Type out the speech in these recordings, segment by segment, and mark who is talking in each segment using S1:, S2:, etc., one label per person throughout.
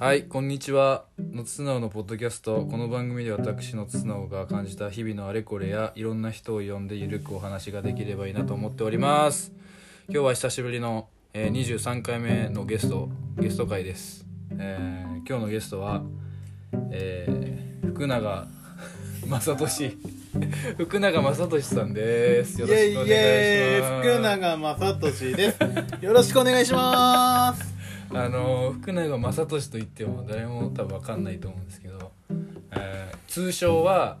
S1: はい、こんにちは。のつなおのポッドキャスト。この番組で私のつなおが感じた日々のあれこれやいろんな人を呼んでゆるくお話ができればいいなと思っております。今日は久しぶりの、えー23回目のゲスト、ゲスト会です。えー今日のゲストは、えー福永 正俊、 福永正俊さんです。よろしくお願いします。
S2: 福永雅俊です。よろしくお願いします。
S1: あの福永雅俊と言っても誰も多分分かんないと思うんですけど、えー通称は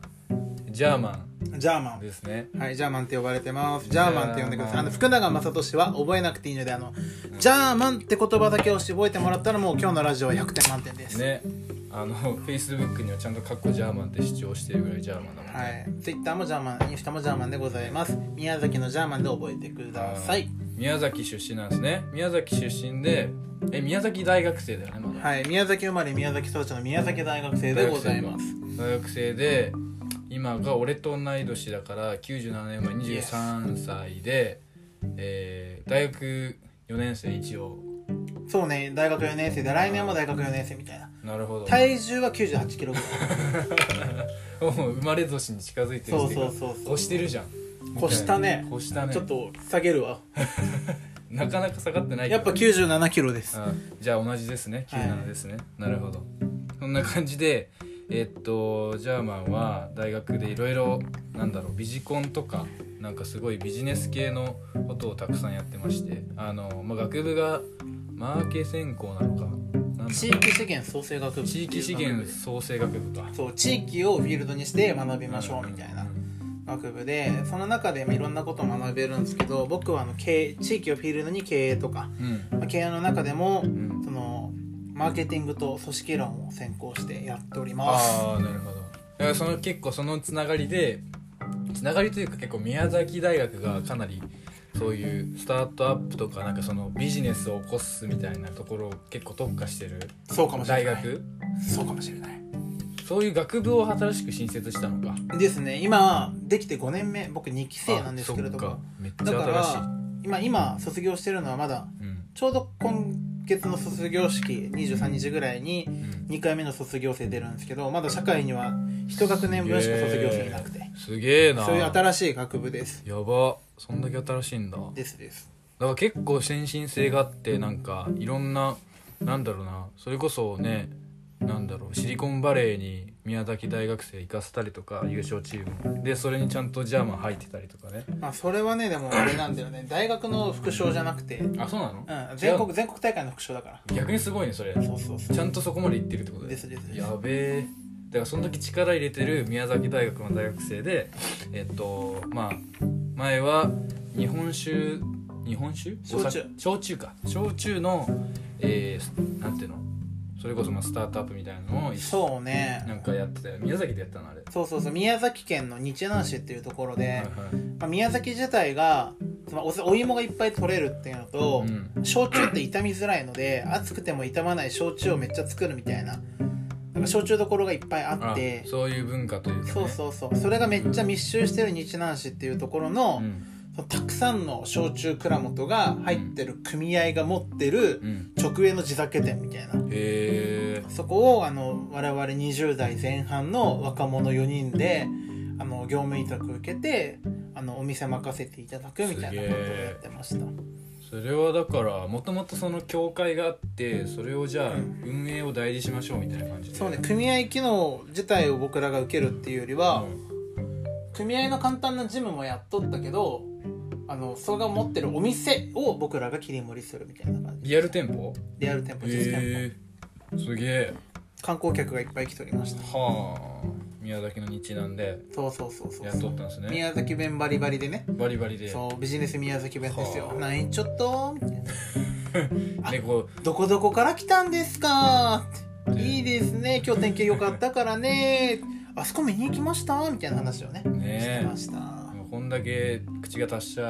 S1: ジャーマ
S2: ジャーマ
S1: ンですね
S2: ン。はい、ジャーマンって呼ばれてます。ジャーマンって呼んでください。あの福永雅俊は覚えなくていいので、あのジャーマンって言葉だけを覚えてもらったらもう今日のラジオは100点満点です。
S1: ねあのフェイスブックにはちゃんと「カッコジャーマン」って主張してるぐらいジャーマンだもんね、
S2: はい、ツイッターもジャーマン、インスタもジャーマンでございます。宮崎のジャーマンで覚えてください。
S1: 宮崎出身なんですね宮崎出身でえ宮崎大学生だよねまだ、
S2: はい、宮崎生まれ宮崎育ちの宮崎大学生でございます。
S1: 大学生で今が俺と同い年だから97年前23歳で、えー大学4年生一応
S2: そうね、大学4年生で来年も大学4年生みたいな。
S1: なるほど
S2: 体重は98キロぐらい。
S1: もう生まれ年に近づいてるっていうか
S2: そうそうそうそう
S1: 越してるじゃん
S2: 越したね
S1: 越したね
S2: ちょっと下げるわ
S1: なかなか下がってないけど
S2: やっぱ9 7キロです
S1: あじゃあ同じですね
S2: はい
S1: 97ですね、なるほどそんな感じでえっとジャーマンは大学でいろいろなんだろうビジコンとかなんかすごいビジネス系のことをたくさんやってましてあの、まあ、学部がマーケ専攻なのかなんだろう
S2: 地域資源創生学部
S1: 地域資源創生学部か
S2: そう地域をフィールドにして学びましょうみたいな学部でその中でまあいろんなことを学べるんですけど僕はあの経営地域をフィールドに経営とか、
S1: うん
S2: まあ、経営の中でも
S1: ん
S2: そのマーケティングと組織論を専攻してやっております
S1: ああなるほどだからその結構そのつながりでつながりというか結構宮崎大学がかなりそういうスタートアップとかなんかそのビジネスを起こすみたいなところを結構特化してる
S2: そうかもし
S1: 大
S2: れない
S1: 学
S2: そうかもしれない
S1: そういう学部を新しく新設したのか
S2: ですね今できて5年目僕2期生なんですけれど
S1: あそっ
S2: も
S1: かめっち
S2: だか
S1: ゃ新しい
S2: ら今今卒業してるのはまだ
S1: うん
S2: ちょうど今月の卒業式23日ぐらいに
S1: うん
S2: 2回目の卒業生出るんですけどまだ社会には1学年分しか卒業生いなくて
S1: すげえな
S2: そういう新しい学部です
S1: やばそんだけ新しいんだ
S2: ですです
S1: だから結構先進性があってなんかいろんななんだろうなそれこそねなんだろうシリコンバレーに宮崎大学生行かせたりとか優勝チームでそれにちゃんとジャーマン入ってたりとかね
S2: まあそれはねでもあれなんだよね大学の副賞じゃなくて、うん、
S1: あそうなの、
S2: 全
S1: 違
S2: 国
S1: う
S2: 全国大会の副賞だから
S1: 逆にすごいねそれ
S2: そうそうそう
S1: ちゃんとそこまで行ってるってこと
S2: ですですです
S1: やべえだからその時力入れてる宮崎大学の大学生でえっとまあ前は日本酒日本酒
S2: 焼酎
S1: お酒焼酎か焼酎のえー、なんていうのそれこそまあスタートアップみたいなのを一緒
S2: そうね
S1: なんかやってたよ宮崎でやったのあれ
S2: そうそうそう宮崎県の日南市っていうところで
S1: はい、はい
S2: まあ、宮崎自体がそのおお芋がいっぱい取れるっていうのと、
S1: うん
S2: 焼酎って傷みづらいので熱くても傷まない焼酎をめっちゃ作るみたいななんか焼酎どころがいっぱいあ
S1: あ
S2: って
S1: そういう文化というか、ね、
S2: そうそうそうそれがめっちゃ密集してる日南市っていうところの,、
S1: ん
S2: そのたくさんの焼酎蔵元が入ってる組合が持ってる
S1: うん
S2: 直営の地酒店みたいな
S1: へえ
S2: そこをあの我々20代前半の若者4人であの業務委託受けてあのお店任せていただくみたいなことをやってました
S1: それはだからもともとその協会があってそれをじゃあ運営を代理しましょうみたいな感じで
S2: そうね組合機能自体を僕らが受けるっていうよりは、
S1: うん
S2: 組合の簡単な事務もやっとったけどあのそれが持ってるお店を僕らが切り盛りするみたいな感じ
S1: リアル店舗
S2: リアル店舗実店
S1: へえすげえ
S2: 舗観光客がいっぱい来ておりました
S1: はあ宮崎の日なんで
S2: そうそうそうそう
S1: 雇ったんですね
S2: 宮崎弁バリバリでね
S1: バリバリで
S2: そうビジネス宮崎弁ですよ
S1: はあ
S2: 何言っちょっとみたいな
S1: でこ
S2: どこどこから来たんですか
S1: うん
S2: いいですね今日天気良かったからねあそこ見に行きましたみたいな話をね
S1: ねえ
S2: してました
S1: うこんだけ口が達者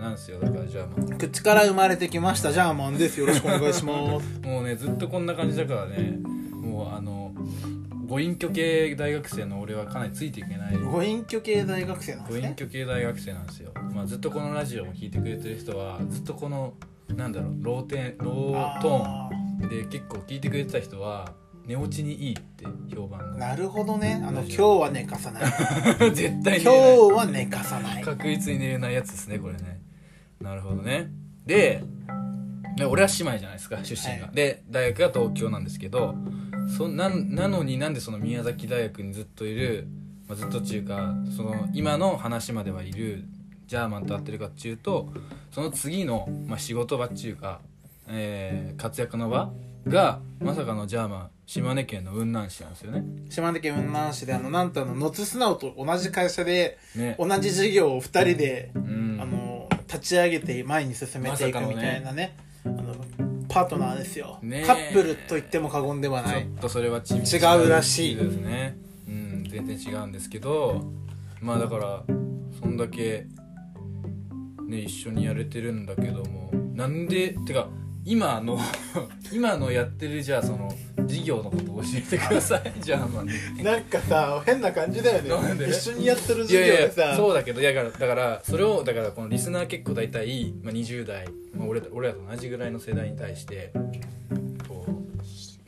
S1: なんですよだからじゃあま
S2: 口から生まれてきましたジャーマンですよろしくお願いします
S1: あもうねずっとこんな感じだからねもうあのご隠居系大学生の俺はかなりついていけない
S2: ご隠居系大学生なん
S1: ご
S2: です
S1: 隠
S2: ね
S1: 居系大学生なんですよ、まあ、ずっとこのラジオも聞いてくれてる人はずっとこのなんだろうローテンロートーン
S2: あー
S1: で結構聞いてくれてた人は寝落ちにいいって評判が
S2: なるほどねあの
S1: 大
S2: 今日
S1: 丈
S2: は寝か さない
S1: 絶
S2: 今
S1: 対寝
S2: 日
S1: れない
S2: は寝かさない
S1: 確実に寝れないやつですねこれねなるほどねでで俺は姉妹じゃないですか出身が、
S2: はい
S1: で大学が東京なんですけどそなんなのになんでその宮崎大学にずっといる、まあ、ずっとっていうかその今の話まではいるジャーマンと会ってるかっていうとその次の、まあ、仕事場っていうか、えー活躍の場がまさかのジャーマン島根県の雲南市なんですよね。
S2: 島根県雲南市であのなんとあの野津素直と同じ会社で
S1: ね
S2: 同じ事業を2人で、
S1: うん
S2: あの立ち上げて前に進めていくみたいなね,、あのパートナーですよ、
S1: ねえ
S2: カップルと言っても過言では
S1: ち
S2: な
S1: ょっ
S2: い
S1: とそれはち
S2: 違うらしい
S1: ですね、うん、全然違うんですけどまあだからそんだけね一緒にやれてるんだけどもなんでてか今の 今のやってるじゃあその事業のことを教えてくださ いじゃあまあね
S2: なんかさ変な感じだよ
S1: なんで
S2: 緒にやってる
S1: いやいやそうだけどいやだからだからそれをだからこのリスナー結構大体、まあ、20代、まあ、俺ら俺らと同じぐらいの世代に対してこ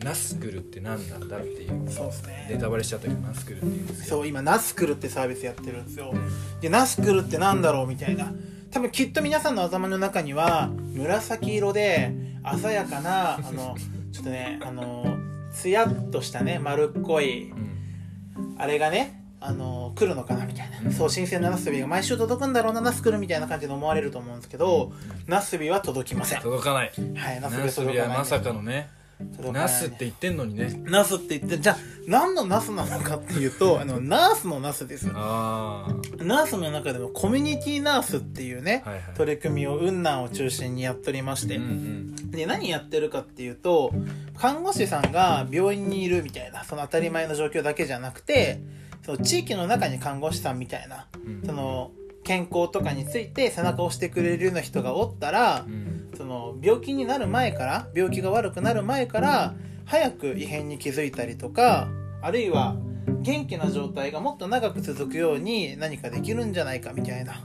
S1: うナスクルって何なんだっていう
S2: そうです
S1: ネ
S2: ね
S1: タバレしちゃったけどナスクルっていうんですけど
S2: そう今ナスクルってサービスやってるんですよでナスクルってなんだろうみたいな多分きっと皆さんの頭の中には紫色で鮮やかなあのちょっとねあのツヤっとしたね丸っこい
S1: うん
S2: あれがね、あの来るのかなみたいな、
S1: うん
S2: そう新鮮なナスビが毎週届くんだろうなナス来るみたいな感じで思われると思うんですけど、ナスビは届きません、は
S1: 届かない
S2: い、ナスビ
S1: ナ
S2: は
S1: ス
S2: 届
S1: ビ
S2: か
S1: は
S2: ない
S1: まさかのね
S2: 届かない
S1: ナスって言ってんのにね
S2: ナスって言ってじゃあ何のナスなのかっていうとあのナースのナスです
S1: あ
S2: ナースの中でもコミュニティナースっていうね、
S1: あはいはい
S2: 取り組みを雲南を中心にやっておりまして、
S1: うん
S2: で何やってるかっていうと看護師さんが病院にいるみたいなその当たり前の状況だけじゃなくてその地域の中に看護師さんみたいな
S1: うんうん
S2: その健康とかについて背中を押してくれるような人がおったら
S1: うん
S2: その病気になる前から病気が悪くなる前から早く異変に気づいたりとかあるいは元気な状態がもっと長く続くように何かできるんじゃないかみたいな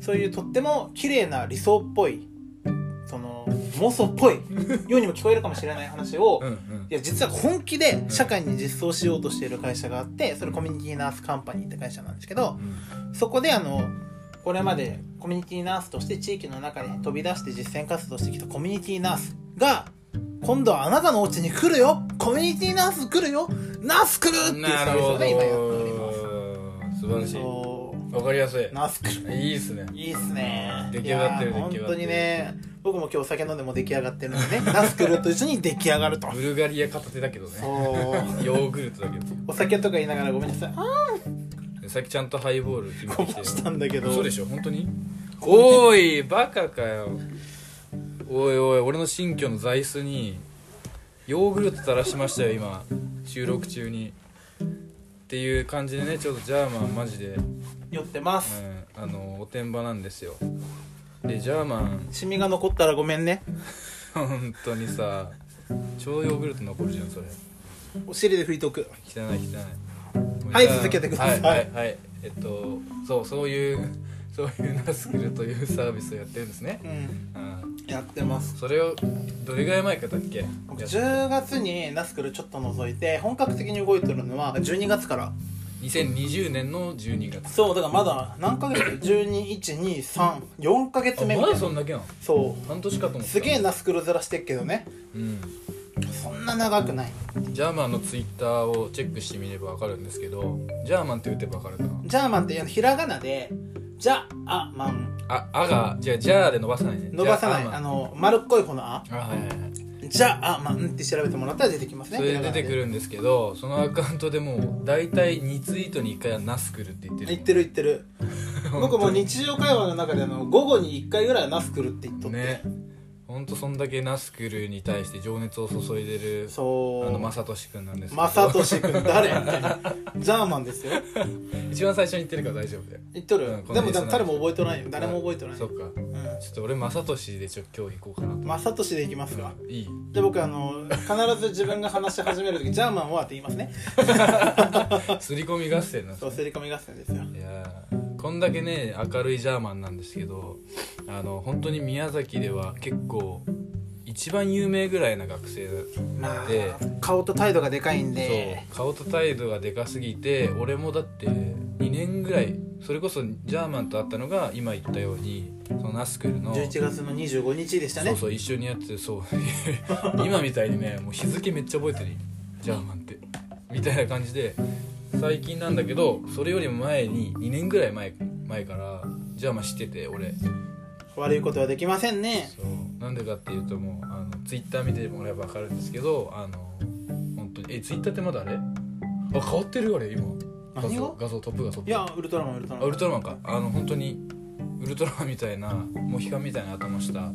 S2: そういうとっても綺麗な理想っぽいその妄想っぽいようにも聞こえるかもしれない話を
S1: うんうん
S2: いや実は本気で社会に実装しようとしている会社があってそれコミュニティナースカンパニーって会社なんですけどそこであのこれまでコミュニティナースとして地域の中に飛び出して実践活動してきたコミュニティナースが今度はあなたのお家に来るよコミュニティナース来るよナース来るって
S1: うん
S2: いう
S1: な
S2: サ
S1: る
S2: ービス
S1: ほ
S2: を
S1: ど
S2: ね今やっております
S1: 素晴らしい
S2: そ
S1: わかりやす
S2: う
S1: い
S2: ナース来る
S1: いいっすね
S2: いいっすね
S1: 出来上がってる出
S2: いやー
S1: 来上がってる
S2: 本当にね僕も今日お酒飲んでもう出来上がってるんでねナース来ると一緒に出来上がると
S1: ブルガリア片手だけど
S2: そ
S1: ね
S2: う
S1: ヨーグルトだけど
S2: お酒とか言いながらごめんなさいあ
S1: さっきちゃんとハイボール決め
S2: こ
S1: て
S2: ぼ
S1: きてる
S2: したんだけど
S1: そうでしょ本当におーいバカかよおいおい俺の新居の座椅子にヨーグルト垂らしましたよ今収録中にっていう感じでねちょっとジャーマンマジで、うん、
S2: 酔ってます
S1: あのおてんばなんですよでジャーマン
S2: シミが残ったらごめんね
S1: 本当にさ超ヨーグルト残るじゃんそれ
S2: お尻で拭いとく
S1: 汚い汚い
S2: はい続けてください
S1: はいはい、はい、えっとそうそういうそういうナスクルというサービスをやってるんですね
S2: うん
S1: うん
S2: やってます
S1: それをどれぐらい前かだっけや
S2: 僕10月にナスクルちょっと覗いて本格的に動いてるのは12月から
S1: 2020年の12月
S2: そうだからまだ何ヶ月 ?12123 ヶ月
S1: あ
S2: 目み
S1: ま
S2: た
S1: だ
S2: いな
S1: そんだけなの
S2: そ
S1: 半年かと思っ
S2: う
S1: た
S2: すげえナスクルずらしてっけどね
S1: うん
S2: そんな長くない
S1: ジャーマンのツイッターをチェックしてみればわかるんですけどジャーマンって打てばわかるかな
S2: ジャーマンってひらがなでじゃあマン
S1: ああがじゃあジャーで伸ばさないね
S2: 伸ばさない
S1: ジャーマ
S2: あ
S1: ン
S2: の丸っこいこのあ
S1: あはいはいはい
S2: じゃあマンって調べてもらったら出てきますね
S1: それで出てく
S2: る
S1: るんですけどそのアカウントでもう大体2ツイートに1回はナスクルって言ってる
S2: 言ってる言って る僕も日常会話の中であの午後に1回ぐらいはナスクルって言っとって、
S1: ねほんとそんだけナスクルに対して情熱を注いでる
S2: そう
S1: あの正俊君なんですけど
S2: マサトシ君 誰みたいなジャーマンですよ
S1: 一番最初に言ってるから大丈夫だよ
S2: 言っとる、
S1: うんこの
S2: でも
S1: リスナー
S2: 誰も覚えとないよ誰も覚えとない、
S1: そっ
S2: う
S1: か
S2: ん、
S1: ちょっと俺正俊でちょっと今日行こうかなと
S2: マサトシでいきますか、
S1: いい
S2: で僕あの必ず自分が話し始める時ジャーマンはって言いますね
S1: 刷り込み合戦なんです
S2: そうすり込み合戦ですよ
S1: いやーこんだけね明るいジャーマンなんですけどあの本当に宮崎では結構一番有名ぐらいな学生
S2: まあ
S1: で
S2: 顔と態度がでかいんで
S1: そう顔と態度がでかすぎて俺もだって2年ぐらいそれこそジャーマンと会ったのが今言ったようにそのナスクルの
S2: 11月の25日でした
S1: そ
S2: ね
S1: うそう一緒にやっててそう 今みたいにねもう日付めっちゃ覚えてるジャーマンってみたいな感じで最近なんだけどそれよりも前に2年ぐらい前前からジャーマン知ってて俺
S2: 悪いことはできませんね
S1: そうなんでかっていうともうあのツイッター見てもらえば分かるんですけどあの本当にえツイッターってまだあれあ変わってるよあれ今画
S2: 何
S1: 像
S2: が
S1: 画像トップ画トッ
S2: い
S1: プ
S2: やウルトラマンウルトラ
S1: あ
S2: マ
S1: ウ
S2: ン
S1: ルトラマンかあの本当にウルトラマンみたいなモヒカンみたいな頭した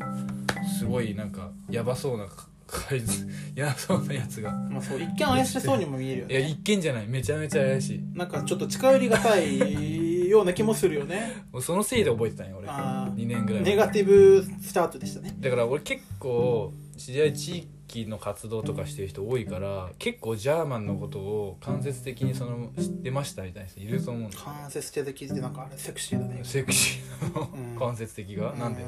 S1: すごいなんかやばそうなかかいつやばそうなやつが
S2: まあ、そう一見怪しそうにも見えるよ
S1: いや
S2: ね
S1: 一見じゃないめちゃめちゃ怪しい
S2: なんかちょっと近寄りがたいような気もするよね
S1: もうそのせいで覚えてた んよ俺
S2: あー
S1: 2年ぐらい前
S2: ネガティブスタートでしたね
S1: だから俺結構知り合い地域の活動とかしてる人多いから結構ジャーマンのことを間接的にその知ってましたみたいな人いると思うんだ
S2: 関節手で聞いてなんかあれセクシーだね
S1: セクシ
S2: う
S1: ー
S2: ん
S1: の間接的が、なんで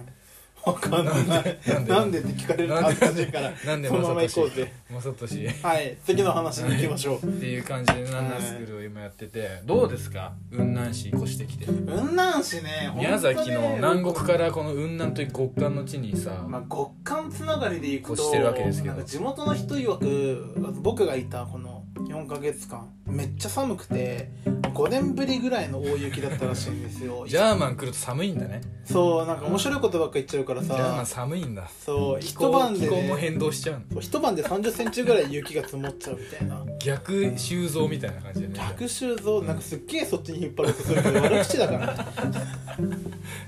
S2: わかんないなんで
S1: なんで
S2: って聞かれると
S1: なん
S2: 恥
S1: で
S2: ずかしいから
S1: なんで
S2: そのまま
S1: ま
S2: 行
S1: さ
S2: ことう
S1: し
S2: ぜ
S1: まさとし
S2: はい次の話に行きましょう
S1: っていう感じでナンナスクールを今やっててどうですか雲南市越してきて
S2: 雲南市ね
S1: 宮崎の南
S2: 国
S1: 国からこの雲南という極寒の地にさ
S2: まあ、極寒つながりで行く
S1: ことしてるわけですけど
S2: なんか地元の人曰く僕がいたこの4ヶ月間めっちゃ寒くて5年ぶりぐらいの大雪だったらしいんで すよ
S1: ジャーマン来ると寒いんだね
S2: そうなんか面白いことばっか言っちゃうから
S1: ジャーマン
S2: さ
S1: 寒いんだ
S2: そう
S1: 気
S2: 一
S1: 候
S2: 晩
S1: 気
S2: で、
S1: 候も
S2: ね、
S1: 変動しちゃうの
S2: そう一晩で3 0センチぐらい雪が積もっちゃうみたいな
S1: 逆修造みたいな感じだね
S2: 逆襲像なんかすっげえそっちに引っ張るとするけど悪口 だから、
S1: っ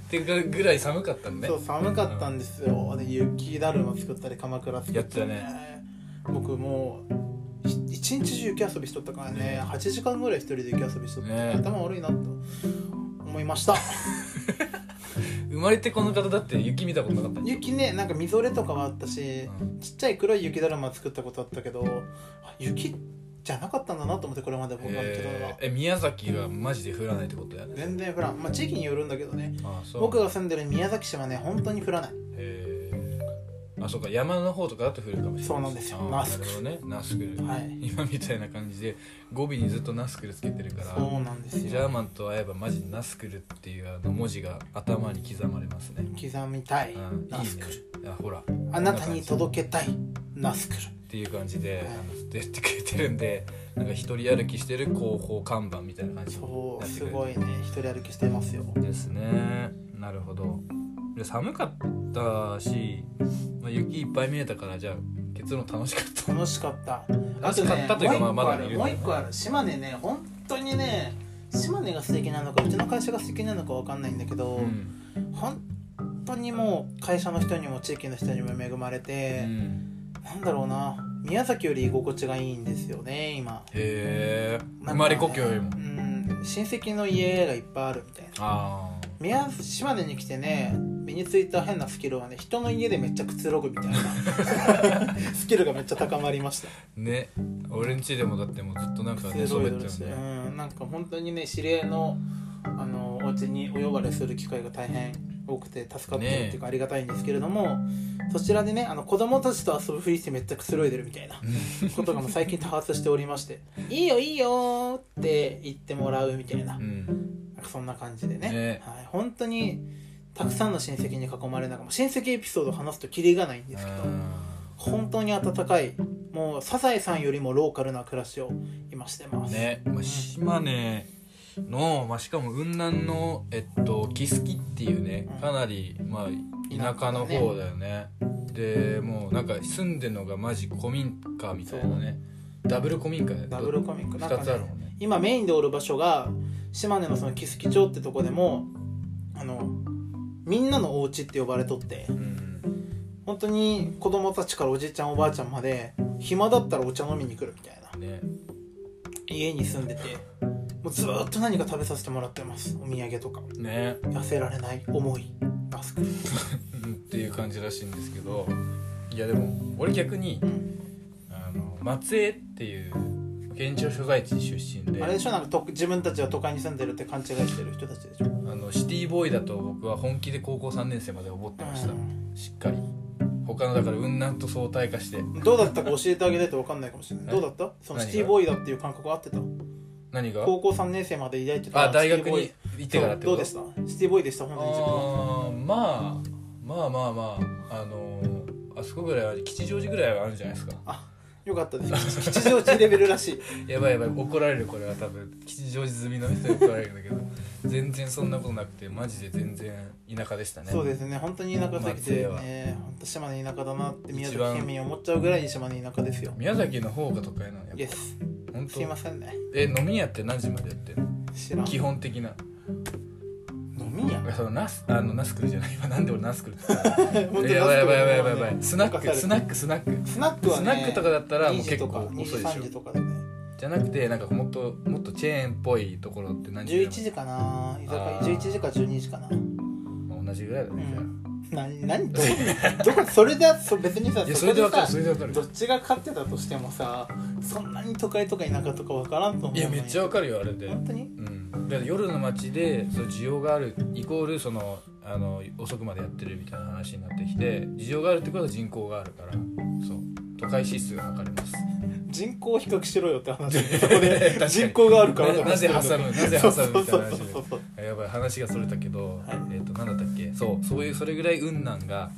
S1: ていうぐらい寒かったのね
S2: そう寒かったんですよで雪だるま作ったり鎌倉作ったり、
S1: やってた
S2: 僕もうひ一日中雪遊びしとったからね
S1: ね
S2: 8時間ぐらい一人で雪遊びしとって、
S1: ね
S2: 頭悪いなと思いました
S1: 生まれてこの方だって雪見たことなかったね
S2: 雪ねなんかみぞれとかはあったし、
S1: うん
S2: ちっちゃい黒い雪だるま作ったことあったけどあ雪じゃなかったんだなと思ってこれまで僕が見てたの
S1: え
S2: は
S1: ーえ宮崎がマジで降らないってことやね
S2: 全然降らんまあ地域によるんだけどね
S1: あそう
S2: 僕が住んでる宮崎市はね本当に降らない
S1: えーあそうか山の方とかだと降るかもしれない
S2: そうなんですよ
S1: あー
S2: ナス
S1: な
S2: ク
S1: るほどねナスクル、
S2: はい
S1: 今みたいな感じで語尾にずっとナスクルつけてるから
S2: そうなんです
S1: ジャー
S2: よ
S1: マンと会えばマジナスクルっていうあの文字が頭に刻まれますね、
S2: 刻みたい
S1: うん、いいね
S2: ナスクル
S1: あほらっ
S2: あなたに届けたいナスクル
S1: ていう感じで
S2: はい
S1: あのずっとやってくれてるんで なんか一人歩きしてる広報看板みたいな感じに
S2: そ
S1: な
S2: う
S1: って
S2: す
S1: くれて
S2: ごいね一人歩きしてますよ
S1: ですねなるほどで寒かったし、まあ、雪いっぱい見えたからじゃあ結論楽しかった
S2: 楽しかった
S1: 楽しかったというかまあまだいる
S2: もう一個ある島根ね本当にね島根が素敵なのかうちの会社が素敵なのかわかんないんだけど、
S1: うん
S2: 本当にもう会社の人にも地域の人にも恵まれ
S1: う
S2: て、
S1: ん
S2: なんだろうな宮崎より居心地がいいんですよね今
S1: へえ
S2: なんかね
S1: 生まれ故郷よりも
S2: うん親戚の家がいっぱいあるみたいな
S1: あ
S2: 宮島根に来てね身についた変なスキルはね人の家でめっちゃくつろぐみたいな スキルがめっちゃ高まりました
S1: あね俺ん家でもだってもうずっとなんか寝
S2: くつ
S1: そ
S2: ろ
S1: べ
S2: い
S1: っ
S2: で
S1: て
S2: る
S1: るん
S2: し、
S1: で
S2: うん、なんか本当にね知り合いのあのお家にお呼ばれする機会が大変多くて助かってるっていうかありがたいんですけれども、そちらでねあの子供たちと遊ぶふりしてめっちゃくつろいでるみ たいなことがもう最近多発しておりまして「いいよいいよ」って言ってもらうみたいな
S1: うん
S2: なんかそんな感じでね
S1: ね
S2: はい、本当にたくさんの親戚に囲まれながらもう親戚エピソードを話すとキリがないんですけど本当に温かいもうサザエさんよりもローカルな暮らしを今してま
S1: うん
S2: す、
S1: ねまあ島根の、まあ、しかも雲南のえっと木月っていうねかなりまあ田舎の方だよねでもうなんか住んでるのがマジ古民家みたいなねダブル古民家だよ
S2: ダブルコミックなんか
S1: 2
S2: ね
S1: つあるもんね
S2: 今メインでおる場所が島根のその木月町ってとこでもあのみんなのお家って呼ばれとって
S1: うん
S2: 本当に子供たちからおじいちゃんおばあちゃんまで暇だったらお茶飲みに来るみたいな
S1: ね
S2: 家に住んでてもうずーっと何か食べさせてもらってますお土産とか
S1: ね
S2: 痩せられない思いナスクル、
S1: うんっていう感じらしいんですけどいやでも俺逆に
S2: うん、
S1: あの松江っていう県庁所在地出身で
S2: あれでしょなんかと自分たちは都会に住んでるって勘違いしてる人たちでしょ、
S1: あのシティボーイだと僕は本気で高校3年生まで思ってました、
S2: うん
S1: しっかり他のだから雲南と相対化して
S2: どうだったか教えてあげないと分かんないかもしれない
S1: え
S2: どうだったその
S1: 何が
S2: シティボーイだっていう感覚はあってた
S1: 何が
S2: 高校3年生まで抱いてた
S1: あ大学に
S2: シ
S1: 行って
S2: ティボーイ
S1: からってこと
S2: そうどうでしたシティボーイでした本当に自分は
S1: あーまあまあまあまああのーあそこぐらいは吉祥寺ぐらいはあるんじゃないですか
S2: よかったです吉祥寺レベルら しい
S1: やばいやばい怒られるこれは多分吉祥寺済みの人に怒られるんだけど全然そんなことなくてマジで全然田舎でしたね
S2: そうですね本当に田舎すぎて、
S1: 松江は
S2: えー、本当島の田舎だなって宮
S1: 一
S2: 崎
S1: 番
S2: 県民思っちゃうぐらいに島の田舎ですよ
S1: 宮崎の方が都会なの
S2: イエ
S1: やっ
S2: ス
S1: ぱ本
S2: すいま
S1: 当
S2: せんね
S1: え飲み屋って何時までやってんの
S2: 知らん
S1: 基
S2: 飲
S1: 本的な
S2: み屋
S1: そのナスあのナスクルじゃない今 なんで俺ナスクルって言った
S2: 本当
S1: やばいやばいやばいやばいやば
S2: ね
S1: いスナッ
S2: 任さ
S1: ク
S2: れて
S1: スナックスナック
S2: スナックは
S1: ス
S2: ね
S1: ナックとかだったらもう
S2: 2時
S1: 結
S2: と
S1: 構
S2: か
S1: 遅
S2: 2
S1: い
S2: 時
S1: でし
S2: 3時
S1: ょ
S2: とかだね
S1: じゃなくてなんかもっともっとチェーンっぽいところって何時
S2: 11時かな居酒屋
S1: あー
S2: 11時か12時かな
S1: まあ同じぐらいだね、じゃあ
S2: 何何どこどこそれだそ別にさ
S1: いやそ
S2: そこ
S1: れで
S2: で
S1: わかる
S2: さ
S1: それでわかる
S2: どっちが勝ってたとしてもさそんなに都会とか田舎とかわからんと思う
S1: い
S2: い
S1: やめっちゃわかるよあれで
S2: 本当に
S1: うん、だから夜の街でその需要があるイコールそのあの遅くまでやってるみたいな話になってきて需要があるってことは人口があるからそう都会指数が測れます
S2: 人口を比較しろよって 話そこで
S1: 確かに
S2: 人口があるから
S1: ななぜ挟むなぜ
S2: そ
S1: 挟
S2: うそう
S1: むみた
S2: そ
S1: いな話
S2: う
S1: で
S2: そうそう
S1: あやばい話がそれたけど、
S2: はい
S1: えっ、となんだったっけそうそういうそれぐらい雲南が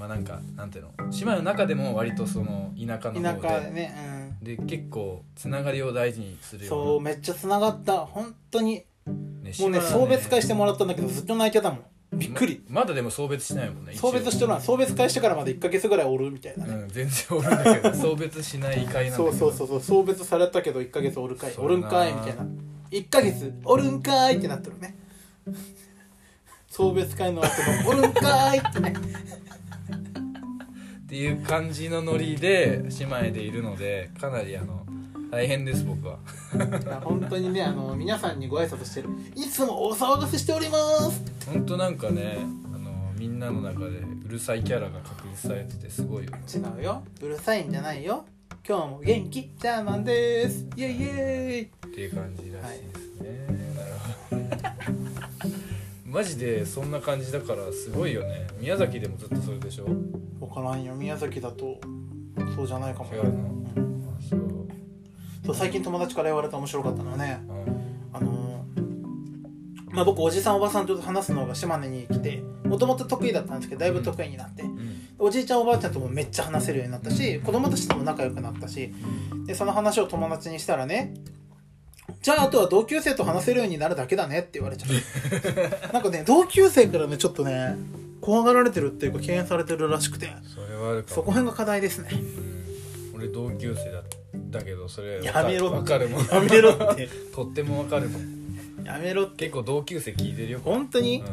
S1: まあなんかなんていうの島の中でも割とその田舎の
S2: 田
S1: 方
S2: 舎
S1: で
S2: ねう
S1: で
S2: ん
S1: 結構つながりを大事にする
S2: そ
S1: よ
S2: うめっちゃつながった本当に
S1: うな、ね
S2: もう
S1: 島
S2: ね
S1: は
S2: 送別会してもらったんだけどずっと泣いてたもんびっくり
S1: ままだでも送別しないもんね一応
S2: 送別してるのは送別会してからまだ1か月ぐらいおるみたいな
S1: う
S2: ね、
S1: ん、全然おるんだ けど送別しない会なんだけど
S2: そうそうそうそう送別されたけど1か月おるかい
S1: そう
S2: お
S1: だ
S2: る
S1: なん
S2: かいみたいな1か月おるんかいってなってるね送別会の後のおるんかいってね
S1: っていう感じのノリで姉妹でいるのでかなりあの大変です僕は
S2: 本当にねあの皆さんにご挨拶してるいつもお騒がせしております
S1: ほんとなんかねあのみんなの中でうるさいキャラが確立されててすごいよね
S2: 違うようるさいんじゃないよ今日も元気ジャーマンですイエイイエイ
S1: っていう感じらしいですね、なるほどマジでそんな感じだからすごいよね宮崎でもずっとそれでしょ
S2: 分からんよ宮崎だとそうじゃないかも
S1: 違うの
S2: うん
S1: あそう、
S2: そう最近友達から言われた面白かったのはね
S1: うん、
S2: あのーまあ僕おじさんおばさんと話すのが島根に来てもともと得意だったんですけどだいぶ得意になって、
S1: うん
S2: おじいちゃんおばあちゃんともめっちゃ話せるようになったし子供たちとも仲良くなったしでその話を友達にしたらねじゃああとは同級生と話せるようになるだけだねって言われち ゃったなんかね同級生からねちょっとね怖がられてるっていうか敬遠されてるらしくて
S1: それはあるかも
S2: そこら辺が課題ですね
S1: うん俺同級生だだけどそれ
S2: やめろ
S1: わかるもん
S2: やめろって
S1: とってもわかるもん
S2: やめろって
S1: 結構同級生聞いてるよ、
S2: 本当に、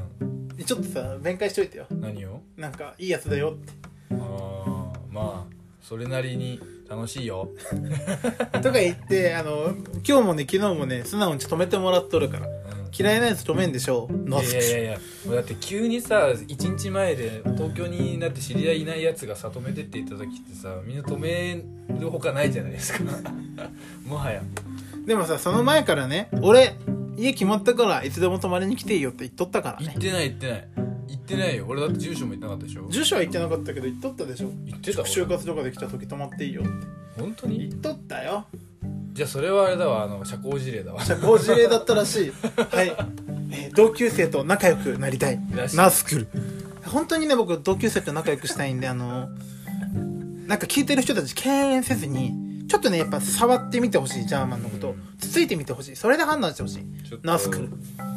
S1: う
S2: ちょっとさ弁解しといてよ
S1: ん、何を
S2: なんかいいやつだよって
S1: あーまあそれなりに楽しいよ
S2: とか言ってあの今日もね昨日もね素直に止めてもらっとるから
S1: う
S2: 嫌いなやつ止めんでしょう
S1: い
S2: ん
S1: やいやいやもうだって急にさ1日前で東京になって知り合いいないやつがさ止めてって言った時ってさみんな止めるほかないじゃないですか もはや
S2: でもさその前からね俺家決まったからいつでも泊まりに来ていいよって言っとったから
S1: 行っ
S2: ね
S1: てない行ってない行ってないよ俺だって住所も行ってなかったでしょ
S2: 住所は言ってなかったけど言っとったでしょ
S1: 行ってた俺
S2: 就活とかで来た時泊まっていいよって
S1: 本当
S2: 言
S1: に
S2: っとったよ
S1: じゃあそれはあれだわあの社交辞令だわ
S2: 社交辞令だったらしいはい、えー同級生と仲良くなりたい
S1: らしい
S2: ナースクール本当にね僕同級生と仲良くしたいんであのなんか聞いてる人たち敬遠せずにちょっとねやっぱ触ってみてほしいジャーマンのことをつついてみてほしいそれで判断してほしい
S1: ちょっと
S2: ナースクール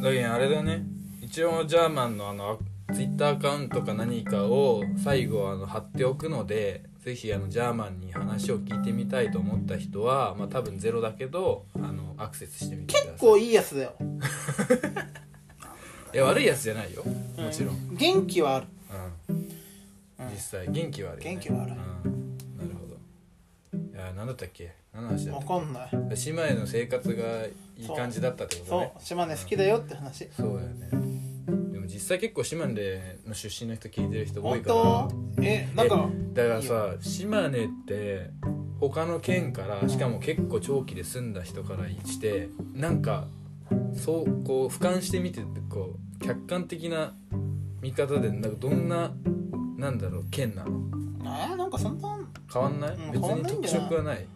S1: だけどあれだね一応ジャーマンのあのツイッターアカウントか何かを最後あの貼っておくのでぜひあのジャーマンに話を聞いてみたいと思った人は、まあ、多分ゼロだけどあのアクセスしてみてください
S2: 結構いいやつだよ
S1: いや悪いやつじゃないよもちろん、うん
S2: 元気はあるうん
S1: 実際元気はあるよね、
S2: 元気はある
S1: うん、なるほどいや何だったっけ何の話だっ
S2: わ
S1: たっ
S2: かんない
S1: け姉妹の生活がいい感じだったってこと
S2: そ
S1: ね
S2: う島根好きだよって話
S1: そうだよねでも実際結構島根の出身の人聞いてる人多い
S2: 本
S1: から
S2: 当えなんか
S1: だからさ島根って他の県からしかも結構長期で住んだ人からしてなんかそうこう俯瞰してみてこう客観的な見方でなんかどんななんだろう県なの
S2: えーなんかそんな、
S1: 変わんない、
S2: うん
S1: 別
S2: 変わん
S1: に
S2: ないん
S1: 特
S2: じゃない
S1: 色はない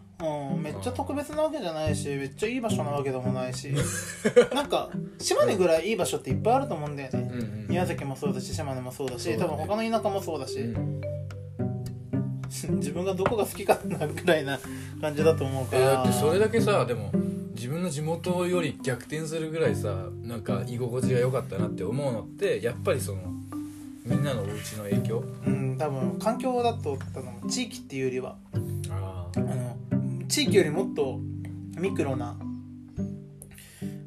S2: うん、めっちゃ特別なわけじゃないしめっちゃいい場所なわけでもない しなんか島根ぐらいいい場所っていっぱいあると思うんだよ
S1: うん
S2: ね、
S1: うん
S2: 宮崎もそうだし島根もそうだし
S1: そうだ
S2: 多
S1: ね
S2: 分他の田舎もそうだし、
S1: うん
S2: 自分がどこが好きかなぐらいな感じだと思うか
S1: え
S2: ら、
S1: だってそれだけさでも自分の地元より逆転するぐらいさなんか居心地が良かったなって思うのってやっぱりそのみんなのお家の影響
S2: うん多分環境だとあの地域っていうよりは
S1: あ
S2: あの地域よりもっとミクロな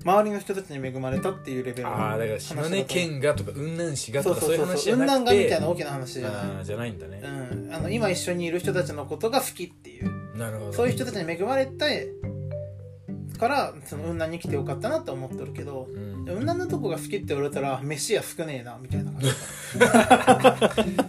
S2: 周りの人たちに恵まれたっていうレベルの
S1: あーだから島根県がとか雲南市が
S2: そ
S1: とか
S2: うそ
S1: そうういう
S2: そう
S1: 話
S2: そ
S1: じ
S2: う
S1: ゃ
S2: 雲
S1: な
S2: 南
S1: く
S2: がみたい
S1: て
S2: な大きな話じゃない
S1: あーじゃないんだね
S2: うん、あの今一緒にいる人たちのことが好きっていう
S1: なるほど
S2: そういう人たちに恵まれてからその雲南に来てよかったなって思っとるけど
S1: うん
S2: 雲南のとこが好きって言われたら飯屋少ねえなみたいな 感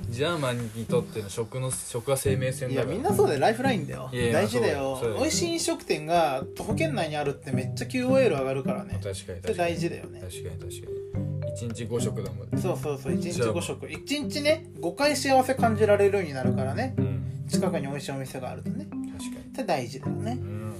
S1: ジャーマンにとっての食の食は生命
S2: じ
S1: 線
S2: い
S1: だ
S2: や
S1: から
S2: みんなそうだよライフラインだよ
S1: いやいや
S2: 大事だよ
S1: そうだよそうだよ
S2: 美味しい飲食店が徒歩圏内にあるってめっちゃ QOL 上がるからね
S1: 確かに確
S2: そ
S1: か
S2: れ
S1: に
S2: 大事だよね
S1: 確かに確かに一日5食だもん、
S2: そうそうそう1日
S1: じゃあ
S2: 5食1日ね5回幸せ感じられるようになるからね
S1: うん、
S2: 近くに美味しいお店があるとね
S1: 確かに
S2: それ大事だよね
S1: うん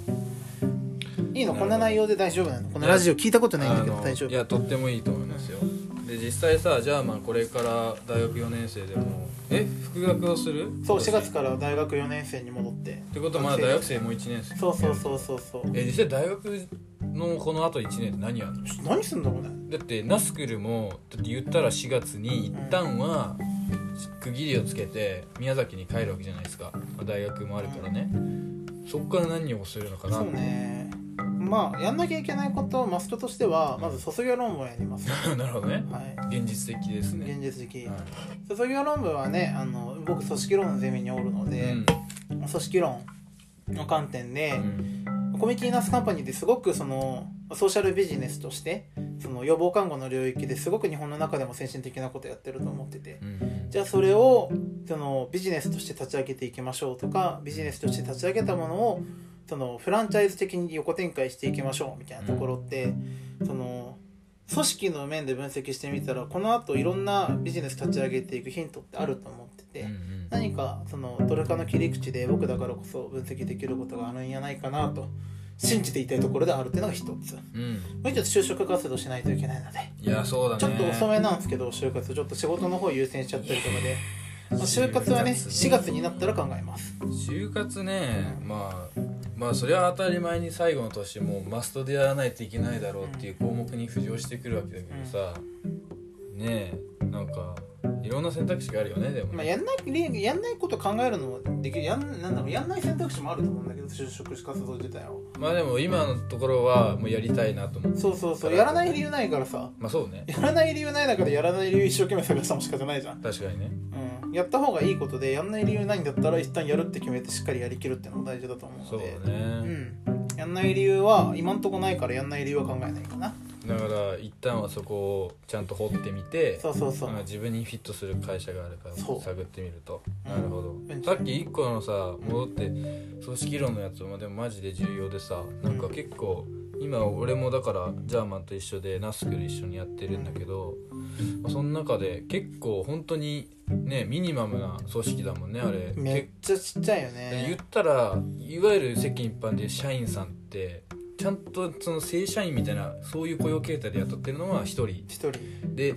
S1: な
S2: いいの
S1: るほど
S2: こんな内容で大丈夫なのこのラジオ聞いたことないんだけど
S1: あの
S2: 大丈夫
S1: いやとってもいいと思いますよで実際さジャーマンこれから大学4年生でもえ復学をする
S2: そう4月から大学4年生に戻って
S1: ってことはまだ大学生もう1年生
S2: そうそうそうそうそう
S1: え実際大学のこのあと1年って何やるの
S2: ちょ何すんだろうね
S1: だってナスクルもだって言ったら4月に一旦は区切りをつけて宮崎に帰るわけじゃないですか、まあ大学もあるからね、そっから何をするのかな
S2: そうねまあやんなきゃいけないことマストとしてはまず卒業論文をやります
S1: なるほどね
S2: はい
S1: 現実的ですね
S2: 現実的
S1: はい
S2: 卒業論文はねあの僕組織論のゼミにおるので、組織論の観点で、
S1: うん
S2: コミュニティナースカンパニーってすごくそのソーシャルビジネスとしてその予防看護の領域ですごく日本の中でも先進的なことやってると思ってて
S1: うん
S2: じゃあそれをそのビジネスとして立ち上げていきましょうとかビジネスとして立ち上げたものをそのフランチャイズ的に横展開していきましょうみたいなところって、その組織の面で分析してみたらこのあといろんなビジネス立ち上げていくヒントってあると思ってて。
S1: うんうん
S2: 何かそのどれかの切り口で僕だからこそ分析できることがあるんやないかなと信じていたいところであるっていうのが一つ
S1: う
S2: も
S1: ん
S2: う一つ就職活動しないといけないので
S1: いやそうだね
S2: ちょっと遅めなんですけど就活ちょっと仕事の方優先しちゃったりとかで、まあ、就活はね4月になったら考えます
S1: 就活ねまあまあそれは当たり前に最後の年もうマストでやらないといけないだろうっていう項目に浮上してくるわけだけどさねえなんかいろんな選択肢があるよねでもね
S2: まあやんないりやんないこと考えるのもできるやんなんだろうやんない選択肢もあると思うんだけど就職活動自体を
S1: まあでも今のところはもうやりたいなと思って
S2: そうそうそうやらない理由ないからさ
S1: まあそうね
S2: やらない理由ない中でやらない理由一生懸命探したも仕方ないじゃん
S1: 確かにね
S2: うん、やった方がいいことでやんない理由ないんだったら一旦やるって決めてしっかりやりきるってのも大事だと思う
S1: そう
S2: の
S1: だ
S2: で
S1: ね
S2: うん、やんない理由は今んとこないからやんない理由は考えないかな
S1: だから一旦はそこをちゃんと掘ってみて
S2: そうそうそう
S1: なんか自分にフィットする会社があるから
S2: そう
S1: 探ってみると
S2: うん
S1: なるほど、
S2: うん
S1: さっき1個のさ戻って組織論のやつもでもマジで重要でさなんか結構今俺もだからジャーマンと一緒でナスクル一緒にやってるんだけど、まあその中で結構本当にねミニマムな組織だもんねあれ
S2: めっちゃちっちゃいよ
S1: 言っ
S2: ね
S1: たらいわゆる世間一般で社員さんってちゃんとその正社員みたいなそういう雇用形態で雇ってるのは1人
S2: 一人
S1: で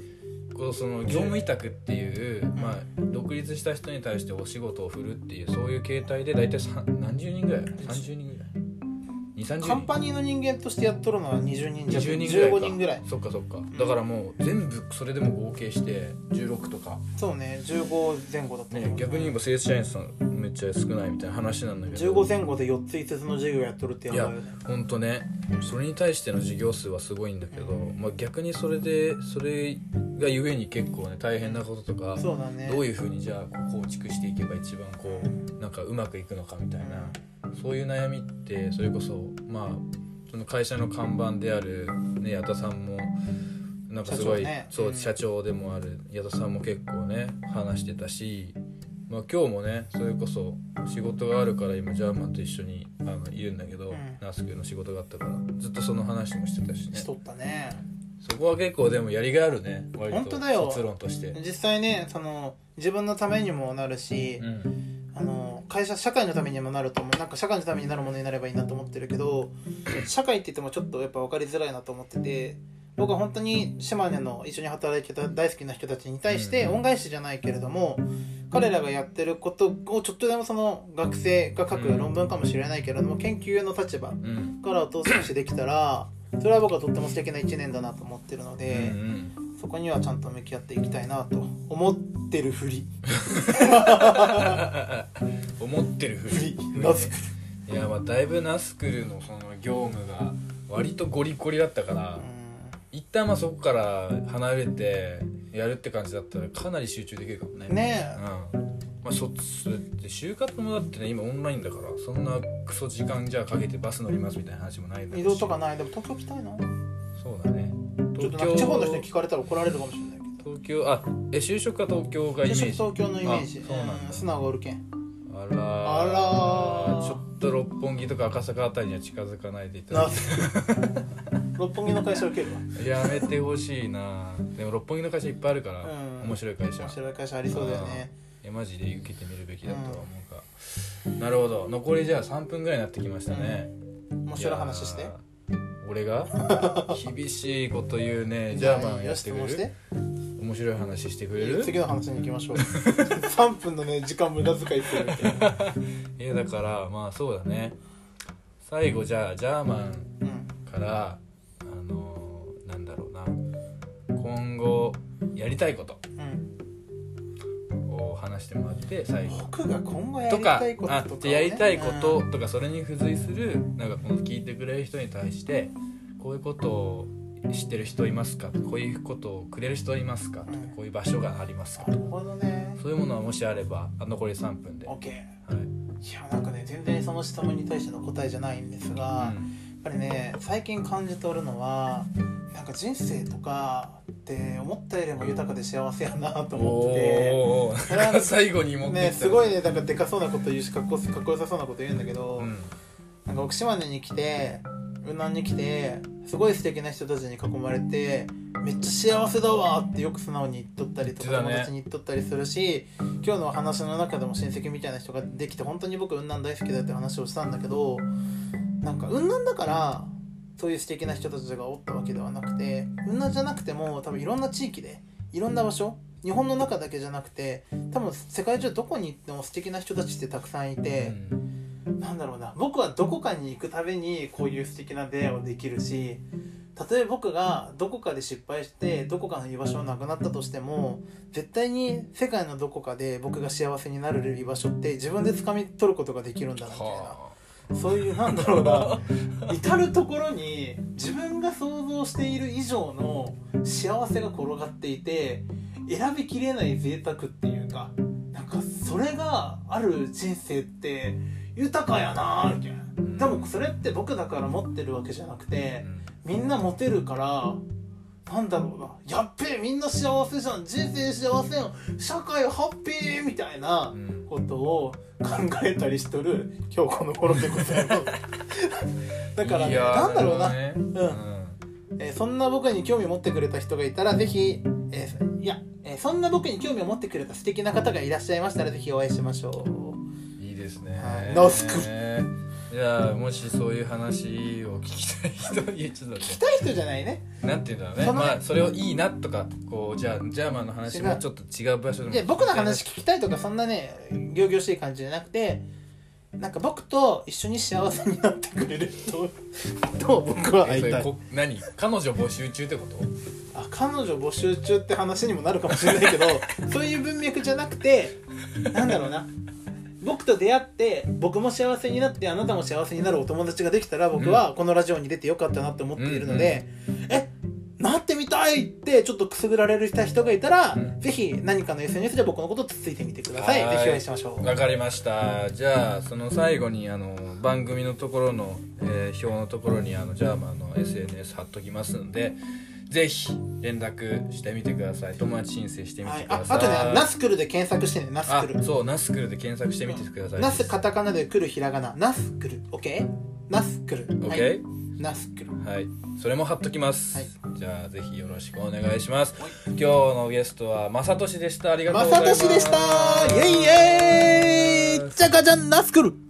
S1: こうその業務委託っていう、
S2: ん
S1: まあ、独立した人に対してお仕事を振るっていうそういう形態で大体さん何十人ぐらい30人ぐらい2 3 0
S2: カン
S1: 人
S2: パニーの人間としてやっとるのは20人弱
S1: 20人ぐらいか
S2: 15人ぐらい
S1: そっかそっかだからもう全部それでも合計して16とか、
S2: そうね15前後だと思う、
S1: ね、逆に言えば正社員さんめっちゃ少ないみたいな話なんだけど
S2: 15前後で4つ5つの授業やっとるってや
S1: い
S2: ばいよ
S1: や
S2: ね
S1: ほんとねそれに対しての事業数はすごいんだけど、まあ、逆にそれでそれがゆえに結構ね大変なこととか
S2: そうだね
S1: どういうふうにじゃあこう構築していけば一番こうなんかうまくいくのかみたいなそういう悩みってそれこそまあその会社の看板である、ね、矢田さんもなんかすごい
S2: 社長ね
S1: そううん社長でもある矢田さんも結構ね話してたし、まあ、今日もねそれこそ仕事があるから今ジャーマンと一緒にあのいるんだけど、
S2: うん
S1: ナスクの仕事があったからずっとその話もしてたしね
S2: しとったね
S1: そこは結構でもやりがいあるね割と
S2: 本当だよ
S1: 卒論として
S2: 実際ねその自分のためにもなるし、
S1: うん
S2: あの会社社会のためにもなると思うなんか社会のためになるものになればいいなと思ってるけど社会って言ってもちょっとやっぱ分かりづらいなと思ってて僕は本当に島根の一緒に働いてた大好きな人たちに対して
S1: うん
S2: 恩返しじゃないけれども彼らがやってることをちょっとでもその学生が書く論文かもしれないけれども研究の立場
S1: うん
S2: からを通してできたらそれは僕はとっても素敵な1年だなと思ってるの
S1: うんう
S2: で。
S1: ん
S2: そこにはちゃんと向き合っていきたいなと思ってるふり
S1: 思ってるふり
S2: ナスク
S1: いやまあだいぶナスクルのその業務が割とゴリゴリだったから一旦まあそこから離れてやるって感じだったらかなり集中できるかもね
S2: ね
S1: うんまあ卒って就活もだってね今オンラインだからそんなクソ時間じゃあかけてバス乗りますみたいな話もないだろう
S2: え
S1: し
S2: 移動とかないでも東京来たいな
S1: そうだね
S2: ちょっとなんか地方の人に聞かれたら怒られるかもしれないけ
S1: 東京あえ就職か東京がイ
S2: ど
S1: メ
S2: 就
S1: ージ
S2: 職東京のイメージ
S1: あそうなんだ
S2: うん素直がおるけん
S1: あらー
S2: あらー
S1: ちょっと六本木とか赤坂あたりには近づかないでいただ
S2: な
S1: き
S2: 六本木の会社受けるわ
S1: やめてほしいなでも六本木の会社いっぱいあるから、
S2: うん
S1: 面白い会社
S2: 面白い会社ありそうだよね
S1: えマジで受けてみるべきだとは思うか、なるほど残りじゃあ3分ぐらいになってきましたね、
S2: 面白い話し
S1: い
S2: て
S1: やー俺 が厳しいこと言うねじゃあまあや
S2: よ
S1: っ
S2: して質
S1: くれ
S2: 問して
S1: る面白い話してくれる
S2: 次の話に行きましょう3分のね時間無駄遣いするみたいない
S1: やだからまあそうだね最後じゃあジャーマン
S2: うん
S1: からあのーなんだろうな今後やりたいこと
S2: うん
S1: を話してもらって最後
S2: 僕が今後や
S1: と
S2: り
S1: か
S2: たいこと
S1: あ
S2: とか
S1: じゃあやりたいこ
S2: を
S1: と
S2: ね
S1: とかそれに付随するなんかこの聞いてくれる人に対してこういうことを知ってる人いますかこういうことをくれる人いますかとか
S2: うん
S1: こういう場所がありますか
S2: うんなるほどね
S1: そういうものはもしあればあ残り3分で、はい
S2: OK いやなんかね全然その質問に対しての答えじゃないんです
S1: う
S2: が、や
S1: ん
S2: っぱりね最近感じとるのはなんか人生とかって思ったよりも豊かで幸せやなと思って
S1: お
S2: これはね
S1: ー 最後に持
S2: て
S1: ってきた
S2: ねすごいねなんかでかそうなこと言うしかっこかっこよさそうなこと言うんだけど、
S1: うん
S2: なんか奥島根に来て雲南に来てすごい素敵な人たちに囲まれてめっちゃ幸せだわってよく素直に言っとったりとか
S1: 言ってた
S2: 友
S1: ね
S2: 達に言っとったりするし今日のお話の中でも親戚みたいな人ができて本当に僕雲南大好きだって話をしたんだけどなんか雲南だからそういう素敵な人たちがおったわけではなくて雲南じゃなくても多分いろんな地域でいろんな場所日本の中だけじゃなくて多分世界中どこに行っても素敵な人たちってたくさんいて。
S1: うん
S2: なんだろうな僕はどこかに行くたびにこういう素敵な出会いをできるし例えば僕がどこかで失敗してどこかの居場所をなくなったとしても絶対に世界のどこかで僕が幸せになれる居場所って自分で掴み取ることができるんだなみたいな
S1: は
S2: そういうなんだろうな至る所に自分が想像している以上の幸せが転がっていて選びきれない贅沢っていうかなんかそれがある人生って豊かやなぁみたいなでもそれって僕だから持ってるわけじゃなく
S1: あ
S2: て
S1: うん
S2: みんなモテるからなんだろうなやっべえみんな幸せじゃん人生幸せやん社会ハッピーみたいな
S1: うん
S2: ことを考えたりしとる今日この頃でございます だから、
S1: い
S2: ね、
S1: やー
S2: なんだろうな、
S1: ね
S2: んえーそんな僕に興味を持ってくれた人がいたらぜひ、えーいや、えーそんな僕に興味を持ってくれた素敵な方がいらっしゃいましたらぜひお会いしましょ
S1: いいですね
S2: はい。ナスク
S1: じゃあもしそういう話を聞きたい人いやちょっと
S2: う
S1: 待
S2: 聞き
S1: った
S2: い人じゃないね
S1: てなんていうんだろうね
S2: その
S1: まあそれをいいなとかこうじゃあジャーマンの話
S2: 違
S1: も
S2: う
S1: ちょっと違う場所でも
S2: で僕の話聞きたいとかそんなね仰々しい感じじゃなくてなんか僕と一緒に幸せになってくれる人 と僕は会
S1: え
S2: い
S1: そ
S2: た
S1: れ
S2: い
S1: こ何彼女募集中ってこと
S2: あ彼女募集中って話にもなるかもしれ ないけどそういう文脈じゃなくてなんだろうな僕と出会って僕も幸せになってあなたも幸せになるお友達ができたら僕はこのラジオに出てよかったなって思っているので、えなってみたいってちょっとくすぐられる人がいたら、
S1: うん
S2: ぜひ何かの SNS で僕のことをつついてみてください
S1: はーい
S2: ぜひお会いしましょう
S1: わかりましたじゃあその最後にあの番組のところの、えー表のところにあのジャーマンの SNS 貼っときますんでぜひ連絡してみてください友達申請してみ
S2: は
S1: て
S2: い
S1: く、
S2: あ
S1: ださい、
S2: あとねナスクルで検索してねナス
S1: あ
S2: クル
S1: そうナスクルで検索してみてください
S2: ナスカタカナで来るひらがなナスクルオッケーナスクル
S1: OK、
S2: はいナスクロ
S1: はい、それも貼っときます、
S2: はい
S1: じゃあぜひよろしくお願いします
S2: はい
S1: 今日のゲストはまさとしでしたありがとう
S2: ま
S1: ござい
S2: さ
S1: ます
S2: としでしたイェイイェイチャカジャンナスクル